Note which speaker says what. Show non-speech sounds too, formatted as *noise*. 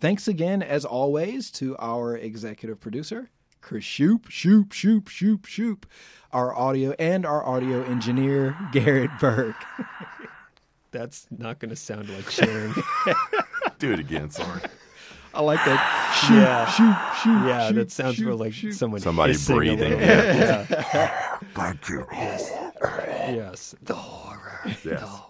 Speaker 1: Thanks again, as always, to our executive producer, Chris Shoop, Shoop, Shoop, Shoop, Shoop, our audio and our audio engineer, Garrett Burke. *laughs*
Speaker 2: That's not going to sound like Sharon.
Speaker 3: Do it again, sorry.
Speaker 1: I like that. Shoop,
Speaker 2: Yeah.
Speaker 1: shoop, shoop.
Speaker 2: yeah,
Speaker 1: shoop,
Speaker 2: that sounds
Speaker 1: shoop,
Speaker 2: more like
Speaker 1: shoop.
Speaker 2: someone
Speaker 3: Somebody
Speaker 2: hissing a
Speaker 3: breathing.
Speaker 2: little.
Speaker 3: Yeah. *laughs* Thank you.
Speaker 2: Yes, the horror.
Speaker 3: Yes.